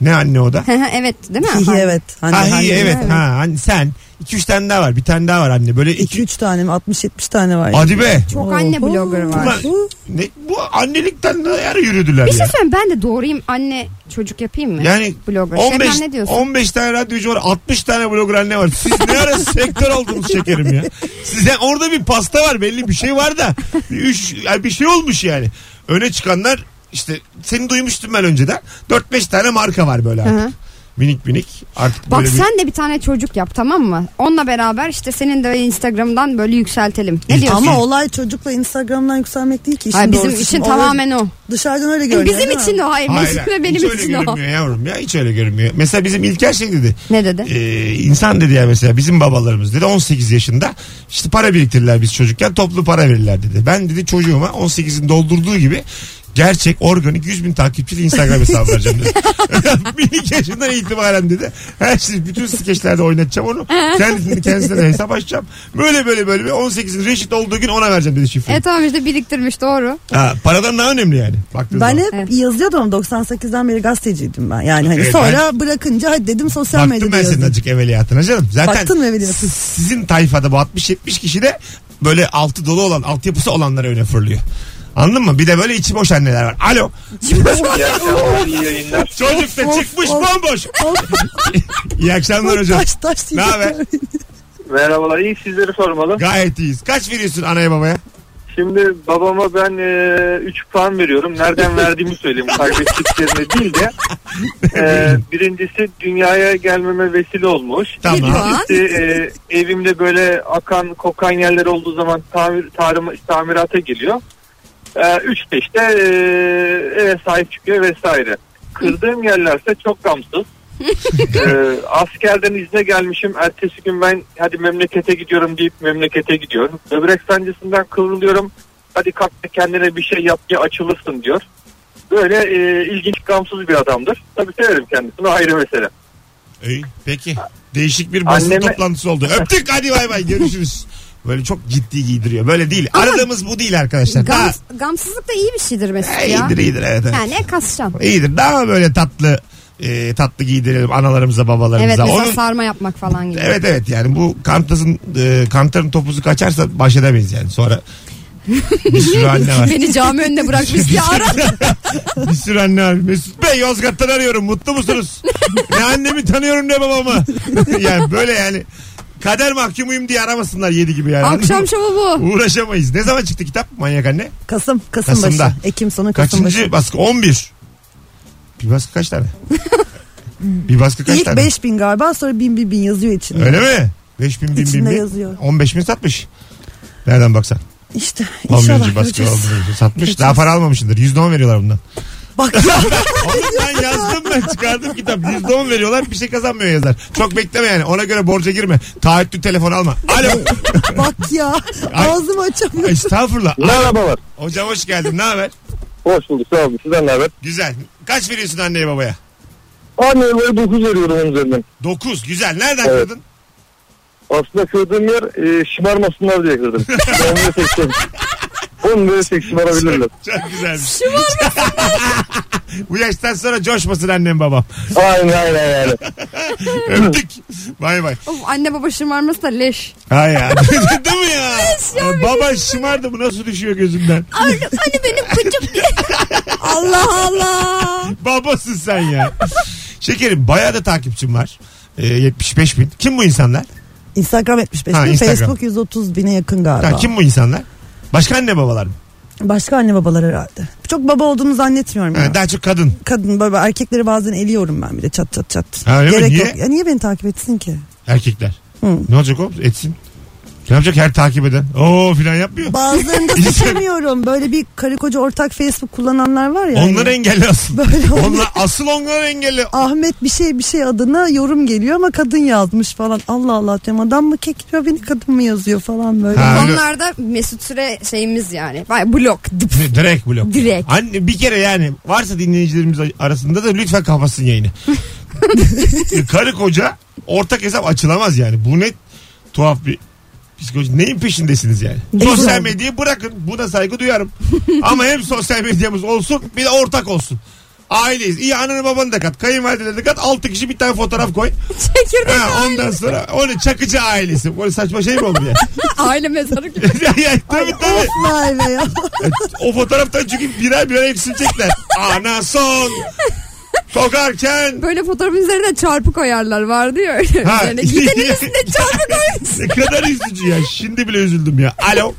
S2: Ne anne o da?
S3: evet değil mi?
S8: Hihi evet. Hani,
S2: ha, iyi,
S8: hani-
S2: evet. Ha, hani sen 2-3 tane daha var. Bir tane daha var anne. Böyle 2
S8: 2-3 tane mi? 60-70 tane var.
S2: Hadi be.
S3: Çok anne
S8: Oho.
S3: blogger var.
S2: Ulan, ne, bu annelikten ne ara yürüdüler
S3: Bir şey
S2: ya.
S3: söyleyeyim ben de doğruyum anne çocuk yapayım mı?
S2: Yani
S3: blogger.
S2: 15,
S3: Şebnem ne diyorsun?
S2: 15 tane radyocu var 60 tane blogger anne var. Siz ne ara sektör oldunuz şekerim ya. Size orada bir pasta var belli bir şey var da. Bir Üç, yani bir şey olmuş yani. Öne çıkanlar işte seni duymuştum ben önceden. 4-5 tane marka var böyle artık.
S3: Hı hı.
S2: Minik minik artık
S3: Bak
S2: böyle
S3: sen de bir tane çocuk yap tamam mı? Onunla beraber işte senin de Instagram'dan böyle yükseltelim. Ne diyorsun?
S8: Ama olay çocukla Instagram'dan yükselmek değil ki işin
S3: Hayır, bizim
S8: doğrusu.
S3: için
S8: Şimdi
S3: tamamen o.
S8: Dışarıdan öyle görünüyor
S3: bizim
S8: değil mi?
S3: için o hayır.
S2: Hayır,
S3: Mesut
S2: hayır.
S3: ve E, benim
S2: hiç öyle
S3: için o.
S2: görünmüyor yavrum ya hiç öyle görünmüyor. Mesela bizim İlker şey dedi.
S3: Ne dedi?
S2: Ee, insan dedi ya mesela bizim babalarımız dedi 18 yaşında işte para biriktirirler biz çocukken toplu para verirler dedi. Ben dedi çocuğuma 18'in doldurduğu gibi gerçek organik 100 bin takipçili Instagram hesabı vereceğim dedi. Minik yaşından itibaren dedi. Her şey bütün skeçlerde oynatacağım onu. Kendisini kendisine de hesap açacağım. Böyle böyle böyle böyle 18'in reşit olduğu gün ona vereceğim dedi şifreyi.
S3: E tamam işte biriktirmiş doğru.
S2: Ha, paradan daha önemli yani. Baktığın
S8: Ben
S2: zaman.
S8: hep
S3: Evet.
S8: yazıyordum 98'den beri gazeteciydim ben. Yani hani
S2: Evet,
S8: sonra bırakınca hadi dedim sosyal
S2: E, Baktım
S8: medyada
S2: ben senin
S8: yazayım.
S2: azıcık evveliyatına canım. Zaten
S8: Baktın mı evveliyatına?
S2: Sizin tayfada bu 60-70 kişi de böyle altı dolu olan, altyapısı olanlara öne fırlıyor. Anladın mı? Bir de böyle içi boş anneler var. Alo. Çocuk da çıkmış
S8: Of, of.
S2: bomboş. İyi akşamlar hocam.
S8: Taş taş
S2: Ne haber?
S5: Merhabalar iyi sizleri sormalı.
S2: Gayet iyiyiz. Kaç veriyorsun anaya babaya?
S5: Şimdi babama ben 3 puan veriyorum. Nereden verdiğimi söyleyeyim kaybettiklerine değil de. E, birincisi dünyaya gelmeme vesile olmuş.
S3: Bir
S2: Tamam.
S3: puan.
S5: İşte, e, evimde böyle akan kokan yerler olduğu zaman tamir, tarım, tamirata geliyor. E, üç de işte e, eve sahip çıkıyor vesaire. Kırdığım yerlerse çok gamsız. E, askerden izne gelmişim. Ertesi gün ben hadi memlekete gidiyorum deyip memlekete gidiyorum. Böbrek sancısından kıvrılıyorum. Hadi kalk da kendine bir şey yap ki açılırsın diyor. Böyle e, ilginç gamsız bir adamdır. Tabii severim kendisini o ayrı mesele.
S2: İyi, peki. Değişik bir basın
S5: Anneme-
S2: toplantısı oldu. Öptük hadi bay bay görüşürüz. Böyle çok ciddi giydiriyor. Böyle değil. Aradığımız bu değil arkadaşlar. Daha...
S3: Gams- gamsızlık da iyi bir şeydir Mesut ya.
S2: İyidir iyidir evet. evet.
S3: Yani kasacağım.
S2: İyidir. Daha böyle tatlı e, tatlı giydirelim analarımıza babalarımıza.
S3: Evet mesela
S2: Onun-
S3: sarma yapmak falan gibi.
S2: evet evet yani bu kantasın e, kantarın topuzu kaçarsa baş edemeyiz yani sonra. Bir sürü anne var.
S3: Beni cami önüne bırakmış ya ara.
S2: Bir sürü anne var. Mesut Bey Yozgat'tan arıyorum. Mutlu musunuz? ne annemi tanıyorum ne babamı. yani böyle yani kader mahkumuyum diye aramasınlar yedi gibi yani.
S3: Akşam şovu bu.
S2: Uğraşamayız. Ne zaman çıktı kitap? Manyak anne.
S8: Kasım, Kasım
S2: Kasım'da.
S8: başı. Ekim sonu Kasım başı.
S2: Kaçıncı baskı? 11. Bir baskı kaç tane? bir baskı kaç
S8: İlk
S2: tane?
S8: 5000 galiba sonra 1000 bin bin yazıyor içinde.
S2: Öyle mi? 5000 bin bin
S8: İçinde
S2: bin.
S8: yazıyor.
S2: 15 bin satmış. Nereden baksan.
S8: İşte
S2: 10
S8: inşallah
S2: birinci baskı
S8: göreceğiz.
S2: oldu. Satmış. Daha para almamışsındır. %10 veriyorlar bundan.
S8: Bak ya
S2: Oğlum ben yazdım ben çıkardım kitap. %10 veriyorlar bir şey kazanmıyor yazar. Çok bekleme yani. Ona göre borca girme. Taahhütlü telefon alma. Alo.
S8: bak ya
S2: Ay.
S8: ağzımı açamıyorum.
S2: Estağfurullah.
S5: Merhabalar.
S2: Hocam hoş geldin. Ne haber?
S5: Hoş bulduk sağ olun. Sizden ne haber?
S2: Güzel. Kaç veriyorsun anneye babaya?
S5: Anneye böyle 9 veriyorum onun üzerinden.
S2: 9. Güzel. Nereden
S5: Evet.
S2: kırdın?
S5: Aslında kırdığım yer e, şımarmasınlar diye kırdım. ben böyle tek şey- Onu böyle tek şımarabilirler.
S2: Çok güzelmiş. Bu yaştan sonra coşmasın annem babam.
S5: Aynen aynen aynen.
S2: Öptük. Bay bay.
S3: Of, anne baba şımarması da leş.
S2: Hay ya. Değil mi ya? Ee, Baba şımardı bu nasıl düşüyor gözümden?
S3: Anne benim kıcık diye. Allah Allah.
S2: Babasın sen ya. Şekerim bayağı da takipçim var. Ee, 75 bin. Kim bu insanlar?
S8: Instagram 75
S2: Ha,
S8: bin,
S2: Instagram.
S8: Facebook 130 bine yakın galiba.
S2: Ha, kim bu insanlar? Başka anne babalar mı?
S8: Başka anne babalar herhalde. Çok baba olduğunu zannetmiyorum.
S2: Ha,
S8: ya.
S2: daha çok kadın.
S8: Kadın baba erkekleri bazen eliyorum ben bir de çat çat çat.
S2: Ha, öyle mi? Niye?
S8: Ya niye beni takip etsin ki?
S2: Erkekler.
S8: Hı.
S2: Ne olacak oğlum? Etsin. Ne yapacak her takip eden? Oo filan yapmıyor.
S8: Bazılarını da seçemiyorum. Böyle bir karı koca ortak Facebook kullananlar var ya.
S2: Onları
S8: hani.
S2: engelli asıl.
S8: Böyle oldu.
S2: Onlar, asıl onları engelli.
S8: Ahmet bir şey bir şey adına yorum geliyor ama kadın yazmış falan. Allah Allah diyorum adam mı kekliyor beni kadın mı yazıyor falan böyle.
S2: Ha, öyle-
S3: Onlarda Mesut Süre şeyimiz yani. Vay blok. Dıp.
S2: Direkt blok.
S3: Direkt.
S2: Anne bir kere yani varsa dinleyicilerimiz arasında da lütfen kapatsın yayını. E, Karı koca ortak hesap açılamaz yani. Bu ne tuhaf bir psikoloji. Neyin peşindesiniz yani? sosyal medyayı bırakın. Buna saygı duyarım. Ama hem sosyal medyamız olsun bir de ortak olsun. Aileyiz. İyi ananı babanı da kat. Kayınvalideleri de kat. Altı kişi bir tane fotoğraf koy.
S3: Çekirdek
S2: Ha, ondan sonra o ne çakıcı ailesi. Böyle saçma şey mi olur ya?
S3: aile mezarı gibi.
S2: ya, ya, tabii tabii.
S8: Vay be ya.
S2: O fotoğraftan çünkü birer birer eksilecekler. Ana son. Sokarken.
S3: Böyle fotoğrafın üzerine çarpı koyarlar vardı ya öyle.
S2: Ha.
S3: Üzerine. Gidenin üstüne çarpı koymuş.
S2: Ne kadar üzücü ya. Şimdi bile üzüldüm ya. Alo.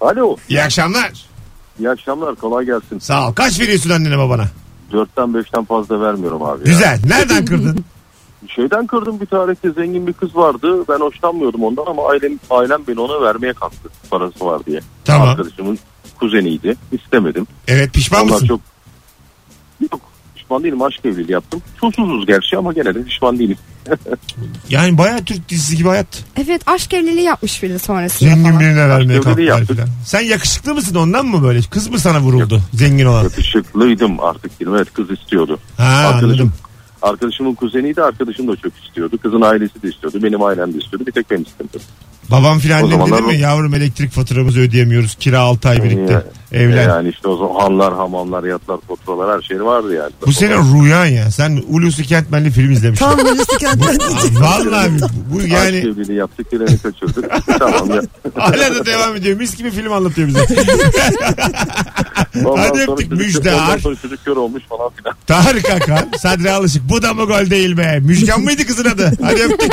S10: Alo.
S2: İyi akşamlar.
S10: İyi akşamlar. Kolay gelsin.
S2: Sağ ol. Kaç veriyorsun annene babana?
S10: Dörtten beşten fazla vermiyorum abi. ya.
S2: Güzel. Nereden kırdın?
S10: Şeyden kırdım bir tarihte zengin bir kız vardı. Ben hoşlanmıyordum ondan ama ailem, ailem beni ona vermeye kalktı. Parası var diye.
S2: Tamam.
S10: Arkadaşımın kuzeniydi. İstemedim.
S2: Evet pişman
S10: Onlar
S2: mısın?
S10: çok... Yok pişman değilim. Aşk evliliği yaptım. Susuzuz gerçi ama gene de pişman değilim.
S2: Yani bayağı Türk dizisi gibi hayat.
S3: Evet aşk evliliği yapmış biri sonrasında
S2: Zengin
S3: falan.
S2: birine vermeye
S10: Başka biri
S2: kalktılar
S10: yaptı.
S2: filan. Sen yakışıklı mısın ondan mı böyle? Kız mı sana vuruldu? Zengin olan.
S10: Yakışıklıydım artık dedim. Evet kız istiyordu.
S2: Ha anladım.
S10: Arkadaşımın kuzeniydi. Arkadaşım da çok istiyordu. Kızın ailesi de istiyordu. Benim ailem de istiyordu. Bir tek ben istemedim.
S2: Babam filan
S10: O
S2: annem dedi
S10: zamanlar
S2: mi?
S10: o-
S2: Yavrum elektrik faturamızı ödeyemiyoruz. Kira 6 ay birikti. Evlen.
S10: Yani işte o zaman hanlar, hamamlar, yatlar, fotoğraflar her şey vardı yani.
S2: Bu senin rüyan ya. Sen Hulusi Kentmenli film izlemişsin.
S8: Tam böyle sikenden
S2: Vallahi bu
S10: yani... Aşk
S2: yani
S10: evliliği yaptık, treni kaçırdık. tamam ya.
S2: hala da devam ediyor. Mis gibi film anlatıyor bize.
S10: Ondan
S2: Hadi
S10: sonra
S2: öptük
S10: çocuk-
S2: müjde
S10: Ondan sonra çocuk kör olmuş falan filan.
S2: Tarık Akan, Sadri Alışık. Bu da mı gol değil be? Müjgan mıydı kızın adı? Hadi öptük.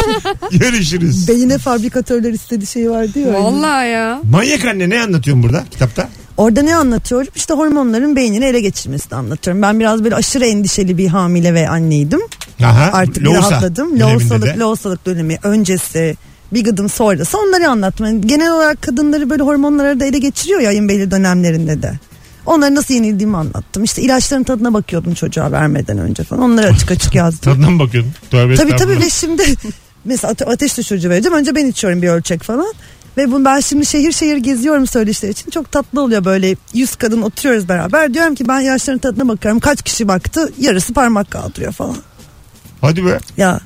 S2: Görüşürüz.
S8: Beyine fabrikatörler istediği şey vardı ya.
S3: Vallahi ya.
S2: Manyak anne ne anlatıyorsun burada kitapta?
S8: Orada ne anlatıyorum? İşte hormonların beynini ele geçirmesini anlatıyorum. Ben biraz böyle aşırı endişeli bir hamile ve anneydim.
S2: Aha,
S8: Artık
S2: Loğusa
S8: rahatladım.
S2: döneminde
S8: Loğusalık,
S2: de.
S8: loğusalık dönemi öncesi bir gıdım sonrası onları anlatma. Genel olarak kadınları böyle hormonları da ele geçiriyor ya ayın belli dönemlerinde de. Onları nasıl yenildiğimi anlattım. İşte ilaçların tadına bakıyordum çocuğa vermeden önce falan. Onları açık açık yazdım.
S2: Tadına mı bakıyorsun? Tövbe
S8: Tabii tabii
S2: estağfurullah.
S8: ve şimdi mesela ate- ateş düşürücü vereceğim. Önce ben içiyorum bir ölçek falan. Ve bunu ben şimdi şehir şehir geziyorum söyleşiler için. Çok tatlı oluyor böyle yüz kadın oturuyoruz beraber. Diyorum ki ben yaşların tadına bakıyorum. Kaç kişi baktı? Yarısı parmak kaldırıyor falan.
S2: Hadi be.
S8: Ya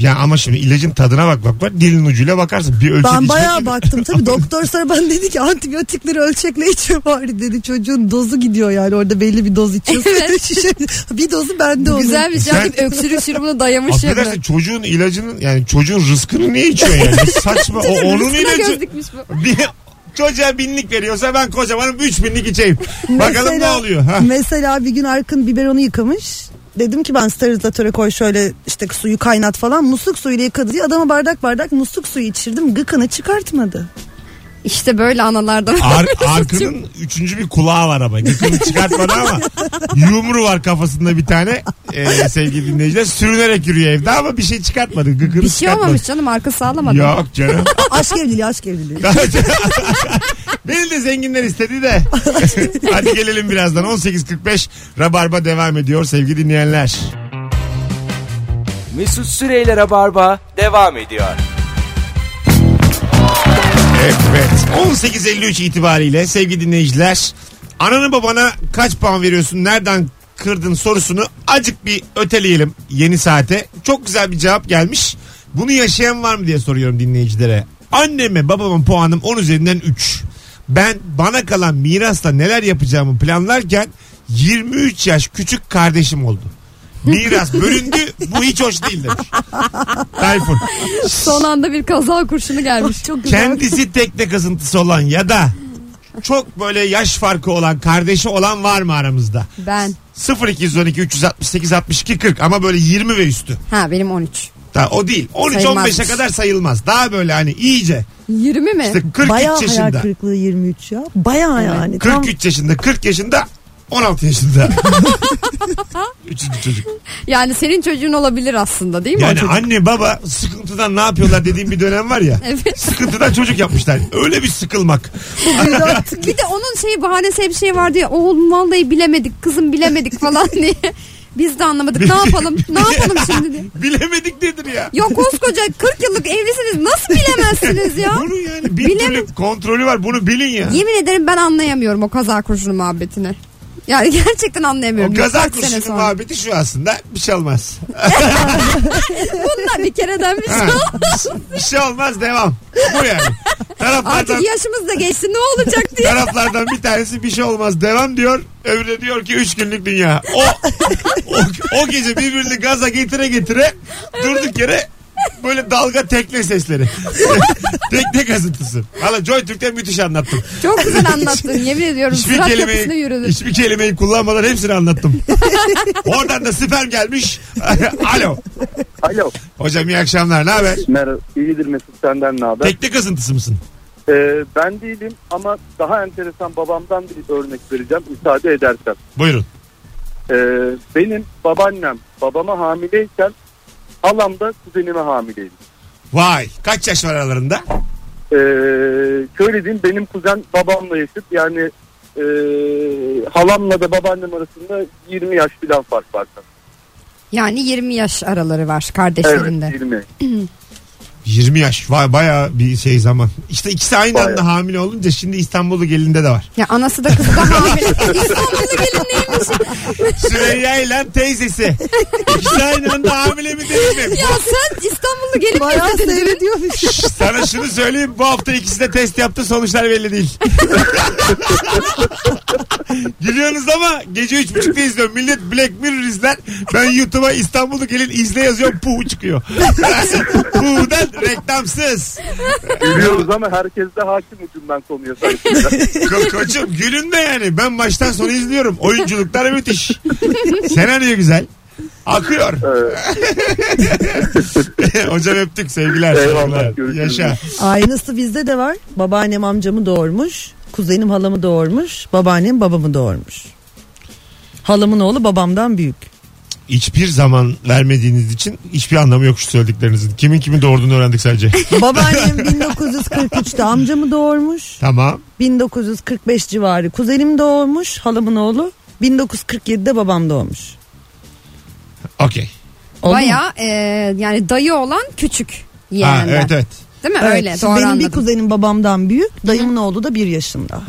S2: Ya ama şimdi ilacın tadına bak bak var. Dilin ucuyla bakarsın. Bir ölçek
S8: ben
S2: içmek
S8: bayağı
S2: gibi.
S8: baktım tabii. Doktor sonra bana dedi ki antibiyotikleri ölçekle içiyor bari dedi. Çocuğun dozu gidiyor yani orada belli bir doz içiyorsun. Şişe- bir dozu bende onun.
S3: Güzel bir şey
S2: Sen-
S3: yaptım. Öksürük şurubunu dayamış ya.
S2: Affedersin çocuğun ilacının yani çocuğun rızkını niye içiyorsun yani? Bu Saçma. o, onun ilacı. Bir, çocuğa binlik veriyorsa ben kocamanım üç binlik içeyim. Bakalım ne
S8: Mesela-
S2: oluyor. Ha.
S8: Mesela bir gün Arkın biberonu yıkamış. Dedim ki ben sterilizatöre koy şöyle işte suyu kaynat falan musluk suyuyla yıkadı diye adama bardak bardak musluk suyu içirdim gıkını çıkartmadı.
S3: İşte böyle analardan.
S2: Ar Arkın'ın üçüncü bir kulağı var ama. Gıkını çıkartmadı ama yumru var kafasında bir tane Ee, sevgili dinleyiciler. Sürünerek yürüyor evde ama bir şey çıkartmadı. Gıkını
S3: Bir şey
S2: çıkartmadı.
S3: olmamış canım arka sağlamadı.
S2: Yok canım.
S8: Aşk evliliği aşk evliliği.
S2: Beni de zenginler istedi de. Hadi gelelim birazdan. 18.45 Rabarba devam ediyor sevgili dinleyenler.
S1: Mesut Süreyler'e barba devam ediyor.
S2: Evet. 18.53 itibariyle sevgili dinleyiciler. Ananı babana kaç puan veriyorsun? Nereden kırdın sorusunu acık bir öteleyelim yeni saate. Çok güzel bir cevap gelmiş. Bunu yaşayan var mı diye soruyorum dinleyicilere. Anneme babamın puanım 10 üzerinden 3. Ben bana kalan mirasla neler yapacağımı planlarken 23 yaş küçük kardeşim oldu. Miras bölündü bu hiç hoş değil demiş. Tayfun.
S3: Son anda bir kaza kurşunu gelmiş. Çok
S2: Kendisi tekne kazıntısı olan ya da çok böyle yaş farkı olan kardeşi olan var mı aramızda?
S3: Ben.
S2: 0212 368 62 40 ama böyle 20 ve üstü.
S3: Ha benim 13.
S2: Daha o değil. 13
S3: Sayılmazmış.
S2: 15'e kadar sayılmaz. Daha böyle hani iyice.
S3: 20 mi?
S2: İşte 43
S8: Bayağı hayal
S2: yaşında.
S8: kırıklığı 23 ya. Bayağı yani. Tam
S2: 43 yaşında, 40 yaşında, 16 yaşında. Üçüncü çocuk.
S3: Yani senin çocuğun olabilir aslında değil mi? o
S2: Yani
S3: çocuk?
S2: anne baba sıkıntıdan ne yapıyorlar dediğim bir dönem var ya.
S3: Evet.
S2: Sıkıntıdan çocuk yapmışlar. Öyle bir sıkılmak.
S3: bir de onun şeyi bahanesi hep şey vardı ya oğlum vallahi bilemedik kızım bilemedik falan diye. Biz de anlamadık ne yapalım ne yapalım şimdi diye.
S2: Bilemedik nedir ya?
S3: Ya koskoca 40 yıllık evlisiniz nasıl bilemezsiniz ya?
S2: Bunu yani bir
S3: Bilemem.
S2: türlü kontrolü var. Bunu bilin ya.
S3: Yemin ederim ben anlayamıyorum o kaza kurşunu muhabbetini. Yani gerçekten anlayamıyorum.
S2: O
S3: Birkaç
S2: gaza
S3: sene
S2: kurşunu
S3: sonra.
S2: muhabbeti şu aslında. Bir şey olmaz.
S3: Bunlar bir kereden bir
S2: Ha,
S3: şey.
S2: bir şey olmaz devam. Bu yani. Taraflardan,
S3: Artık yaşımız da geçti ne olacak diye.
S2: taraflardan bir tanesi bir şey olmaz devam diyor. Öbürü de diyor ki 3 günlük dünya. O, o, o gece birbirini gaza getire getire durduk yere böyle dalga tekne sesleri. tekne kasıntısı. Valla Joy Türk'te müthiş anlattım.
S3: Çok güzel anlattın yemin ediyorum.
S2: Hiçbir
S3: Sırat kapısına
S2: kelimeyi,
S3: yürüdüm.
S2: hiçbir kelimeyi kullanmadan hepsini anlattım. Oradan da sperm gelmiş. Alo.
S10: Alo.
S2: Hocam iyi akşamlar. Ne haber?
S10: Merhaba. İyidir Mesut senden ne haber?
S2: Tekne kasıntısı mısın?
S10: Ee, ben değilim ama daha enteresan babamdan bir örnek vereceğim müsaade edersen.
S2: Buyurun.
S10: Ee, benim babaannem babama hamileyken halam da kuzenime hamileydi.
S2: Vay. Kaç yaş var aralarında?
S10: Ee, şöyle diyeyim benim kuzen babamla yaşıt yani e, halamla da babaannem arasında 20 yaş falan fark var.
S3: Yani 20 yaş araları var
S10: Evet
S3: kardeşlerinde.
S10: 20.
S2: 20 yaş. Vay bayağı bir şey zaman. İşte ikisi aynı
S10: Bayağı.
S2: anda hamile olunca şimdi İstanbul'u gelinde de var.
S3: Ya anası da kızı da hamile. İstanbul'u gelin neymiş?
S2: Süreyya ile teyzesi. İkisi aynı anda hamile mi değil mi?
S3: Ya sen İstanbul'u gelin
S8: Bayağı
S3: dedin değil mi?
S8: seyrediyormuş.
S2: Sana şunu söyleyeyim bu hafta ikisi de test yaptı sonuçlar belli değil. Gülüyorsunuz ama gece üç buçukta izliyorum. Millet Black Mirror izler. Ben YouTube'a İstanbul'u gelin izle yazıyorum. Puh çıkıyor. Puh'dan reklamsız.
S10: Biliyoruz ama herkes de hakim ucundan konuya sanki.
S2: Ko- koçum gülünme yani. Ben baştan sona izliyorum. Oyunculuklar müthiş. Senaryo güzel. Akıyor.
S10: Evet.
S2: Hocam öptük sevgiler.
S10: Eyvallah,
S2: saygılar.
S10: görüşürüz.
S2: Yaşa.
S8: Aynısı bizde de var. Babaannem amcamı doğurmuş. Kuzenim halamı doğurmuş. Babaannem babamı doğurmuş. Halamın oğlu babamdan büyük.
S2: Hiçbir zaman vermediğiniz için hiçbir anlamı yok şu söylediklerinizin. Kimin kimi doğurduğunu öğrendik sadece.
S8: Babaannem 1943'te amcamı doğurmuş.
S2: tamam.
S8: 1945 civarı kuzenim doğmuş. Halamın oğlu. 1947'de babam doğmuş.
S2: Okey.
S8: Oldu mu?
S3: Baya e, yani dayı olan küçük
S2: Ha,
S3: yeğenden.
S2: evet evet.
S3: Değil mi?
S8: Evet,
S3: Öyle
S8: şimdi
S3: doğru
S8: benim
S3: anladım.
S8: bir kuzenim babamdan büyük. Dayımın oğlu da bir yaşında.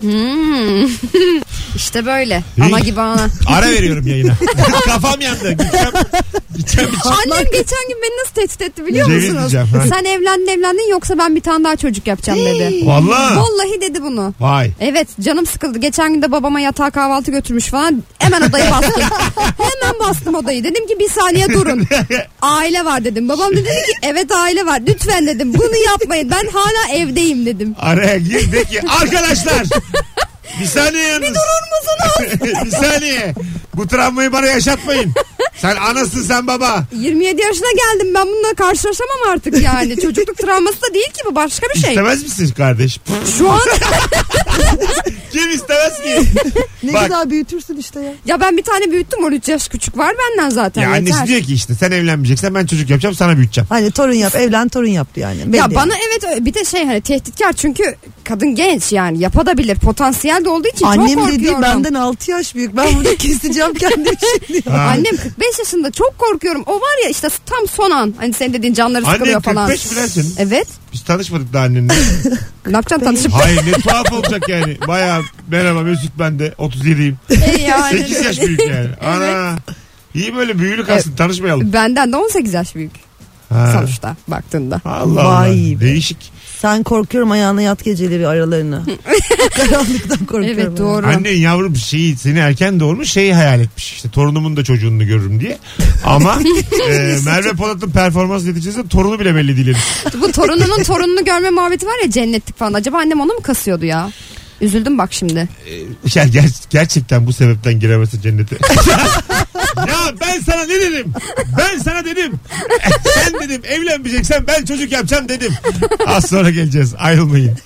S3: Hmm. işte böyle. Ama gibi ana.
S2: Ara veriyorum yayına. Kafam yandı. Gideceğim. Gideceğim.
S3: Annem geçen gün beni nasıl tehdit etti biliyor
S2: Ceviz
S3: musunuz?
S2: diyeceğim, ha.
S3: Sen evlendin evlendin yoksa ben bir tane daha çocuk yapacağım dedi.
S2: Valla.
S3: Vallahi dedi bunu.
S2: Vay.
S3: Evet canım sıkıldı. Geçen gün de babama yatağa kahvaltı götürmüş falan. Hemen odayı bastım. Hemen bastım odayı. Dedim ki bir saniye durun. Aile var dedim. Babam da dedi ki evet aile var. Lütfen dedim bunu yapmayın. Ben hala evdeyim dedim.
S2: Araya gir de ki arkadaşlar bir saniye yalnız. Bir durur musunuz? bir saniye. Bu travmayı bana yaşatmayın. Sen anasın sen baba.
S3: 27 yaşına geldim ben bununla karşılaşamam artık yani. Çocukluk travması da değil ki bu başka bir şey.
S2: İstemez misin kardeş?
S3: Şu an
S2: Kim istemez ki?
S8: Ne
S2: Bak.
S8: güzel büyütürsün işte ya.
S3: ya ben bir tane büyüttüm 13 yaş küçük var benden zaten.
S2: ya annesi
S3: yeter.
S2: diyor ki işte sen evlenmeyeceksen ben çocuk yapacağım sana büyüteceğim.
S8: Hani torun yap evlen torun yap diyor yani. Belli
S3: ya bana evet ö- bir de şey hani tehditkar çünkü kadın genç yani yapabilir potansiyel de olduğu için
S8: yani.
S3: çok
S8: Annem
S3: korkuyorum.
S8: dediği benden 6 yaş büyük. Ben burada keseceğim kendimi şimdi.
S2: Ha.
S3: Annem 45 yaşında çok korkuyorum. O var ya işte tam son an. Hani senin dediğin canları
S2: Annen
S3: sıkılıyor falan.
S2: 45 mi lan senin?
S3: Evet.
S2: Biz tanışmadık daha annenle.
S3: Ne yapacaksın tanışıp?
S2: Hayır ne tuhaf olacak yani. Baya merhaba Mesut ben de 37'yim.
S3: E yani.
S2: 8 yaş büyük yani. Ana. İyi böyle büyülük aslında tanışmayalım.
S3: Benden de 18 yaş büyük
S2: Ha.
S3: sonuçta baktığında.
S2: Allah Allah.
S8: Vay be.
S2: Değişik.
S8: Sen korkuyorum ayağına yat geceleri aralarına. Karanlıktan korkuyorum.
S3: Evet doğru.
S2: Annen yavrum şeyi seni erken doğurmuş şeyi hayal etmiş. İşte torunumun da çocuğunu görürüm diye. Ama e, Merve Polat'ın performans neticesinde torunu bile belli değil. henüz.
S3: Bu torununun torununu görme muhabbeti var ya cennetlik falan. Acaba annem onu mu kasıyordu ya? Üzüldüm bak şimdi.
S2: Ya ger- gerçekten bu sebepten giremezsin cennete. ya ben sana ne dedim? Ben sana dedim. Sen dedim evlenmeyeceksen ben çocuk yapacağım dedim. Az sonra geleceğiz. Ayrılmayın.